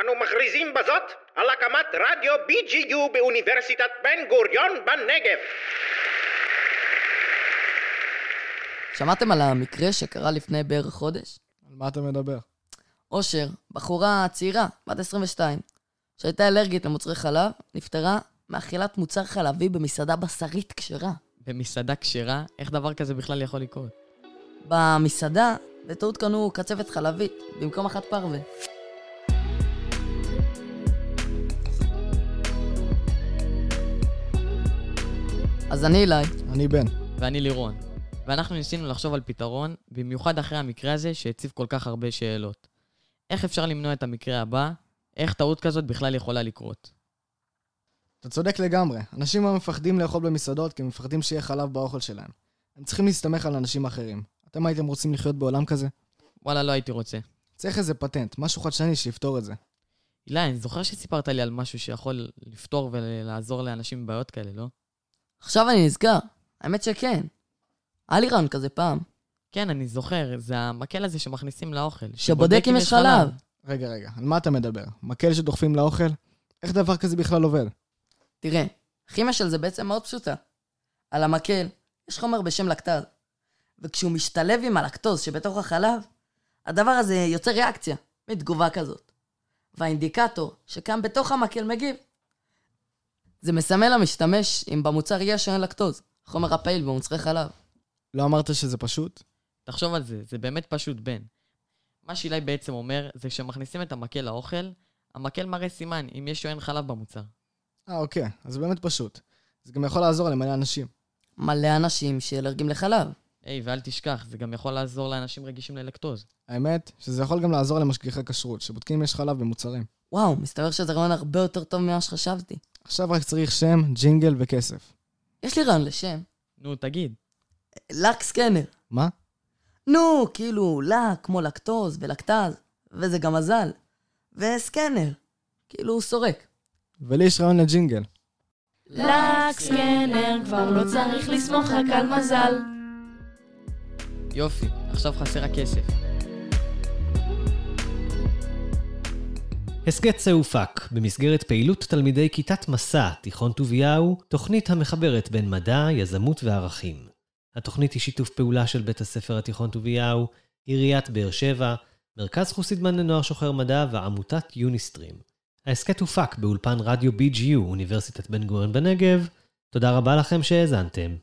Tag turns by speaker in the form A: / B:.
A: אנו מכריזים בזאת על הקמת רדיו BGU באוניברסיטת בן גוריון בנגב.
B: שמעתם על המקרה שקרה לפני בערך חודש?
C: על מה אתה מדבר?
B: אושר, בחורה צעירה, בת 22, שהייתה אלרגית למוצרי חלב, נפטרה מאכילת מוצר חלבי במסעדה בשרית כשרה.
D: במסעדה כשרה? איך דבר כזה בכלל יכול לקרות?
B: במסעדה, בטעות קנו קצבת חלבית במקום אחת פרווה. אז אני אילי,
C: אני בן.
D: ואני לירון. ואנחנו ניסינו לחשוב על פתרון, במיוחד אחרי המקרה הזה שהציב כל כך הרבה שאלות. איך אפשר למנוע את המקרה הבא? איך טעות כזאת בכלל יכולה לקרות?
C: אתה צודק לגמרי. אנשים היום מפחדים לאכול במסעדות כי הם מפחדים שיהיה חלב באוכל שלהם. הם צריכים להסתמך על אנשים אחרים. אתם הייתם רוצים לחיות בעולם כזה?
D: וואלה, לא הייתי רוצה.
C: צריך איזה פטנט, משהו חדשני שיפתור את זה.
D: הילה, אני זוכר שסיפרת לי על משהו שיכול לפתור ולעזור לאנשים עם בעיות כאלה, לא?
B: עכשיו אני נזכר. האמת שכן. היה לי רעיון כזה פעם,
D: כן, אני זוכר, זה המקל הזה שמכניסים לאוכל.
B: שבודק אם יש חלב.
C: רגע, רגע, על מה אתה מדבר? מקל שדוחפים לאוכל? איך דבר כזה בכלל עובד?
B: תראה, כימיה של זה בעצם מאוד פשוטה. על המקל יש חומר בשם לקטז, וכשהוא משתלב עם הלקטוז שבתוך החלב, הדבר הזה יוצר ריאקציה, מין תגובה כזאת. והאינדיקטור שקם בתוך המקל מגיב. זה מסמל למשתמש אם במוצר יש או אין לקטוז, חומר הפעיל במוצרי חלב.
C: לא אמרת שזה פשוט?
D: תחשוב על זה, זה באמת פשוט בן. מה שאילי בעצם אומר, זה כשמכניסים את המקל לאוכל, המקל מראה סימן אם יש או אין חלב במוצר.
C: אה, אוקיי, אז זה באמת פשוט. זה גם יכול לעזור למלא אנשים.
B: מלא אנשים שאלרגים לחלב.
D: היי, ואל תשכח, זה גם יכול לעזור לאנשים רגישים ללקטוז.
C: האמת, שזה יכול גם לעזור למשגיחי כשרות, שבודקים אם יש חלב במוצרים.
B: וואו, מסתבר שזה רעיון הרבה יותר טוב ממה שחשבתי.
C: עכשיו רק צריך שם, ג'ינגל וכסף.
B: יש לי רעיון לשם.
D: נו, תגיד.
B: לק סקנר.
C: מה?
B: נו, כאילו, לק כמו לקטוז ולקטז, וזה גם מזל. וסקנר. כאילו, הוא סורק.
C: ולי יש רעיון לג'ינגל.
E: לקס סקנר, כבר לא צריך לסמוך רק על מזל.
D: יופי, עכשיו חסר הכסף.
F: הסכת זה הופק במסגרת פעילות תלמידי כיתת מסע, תיכון טוביהו, תוכנית המחברת בין מדע, יזמות וערכים. התוכנית היא שיתוף פעולה של בית הספר התיכון טוביהו, עיריית באר שבע, מרכז חוסידמן לנוער שוחר מדע ועמותת יוניסטרים. ההסכת הופק באולפן רדיו BGU, אוניברסיטת בן גוריון בנגב. תודה רבה לכם שהאזנתם.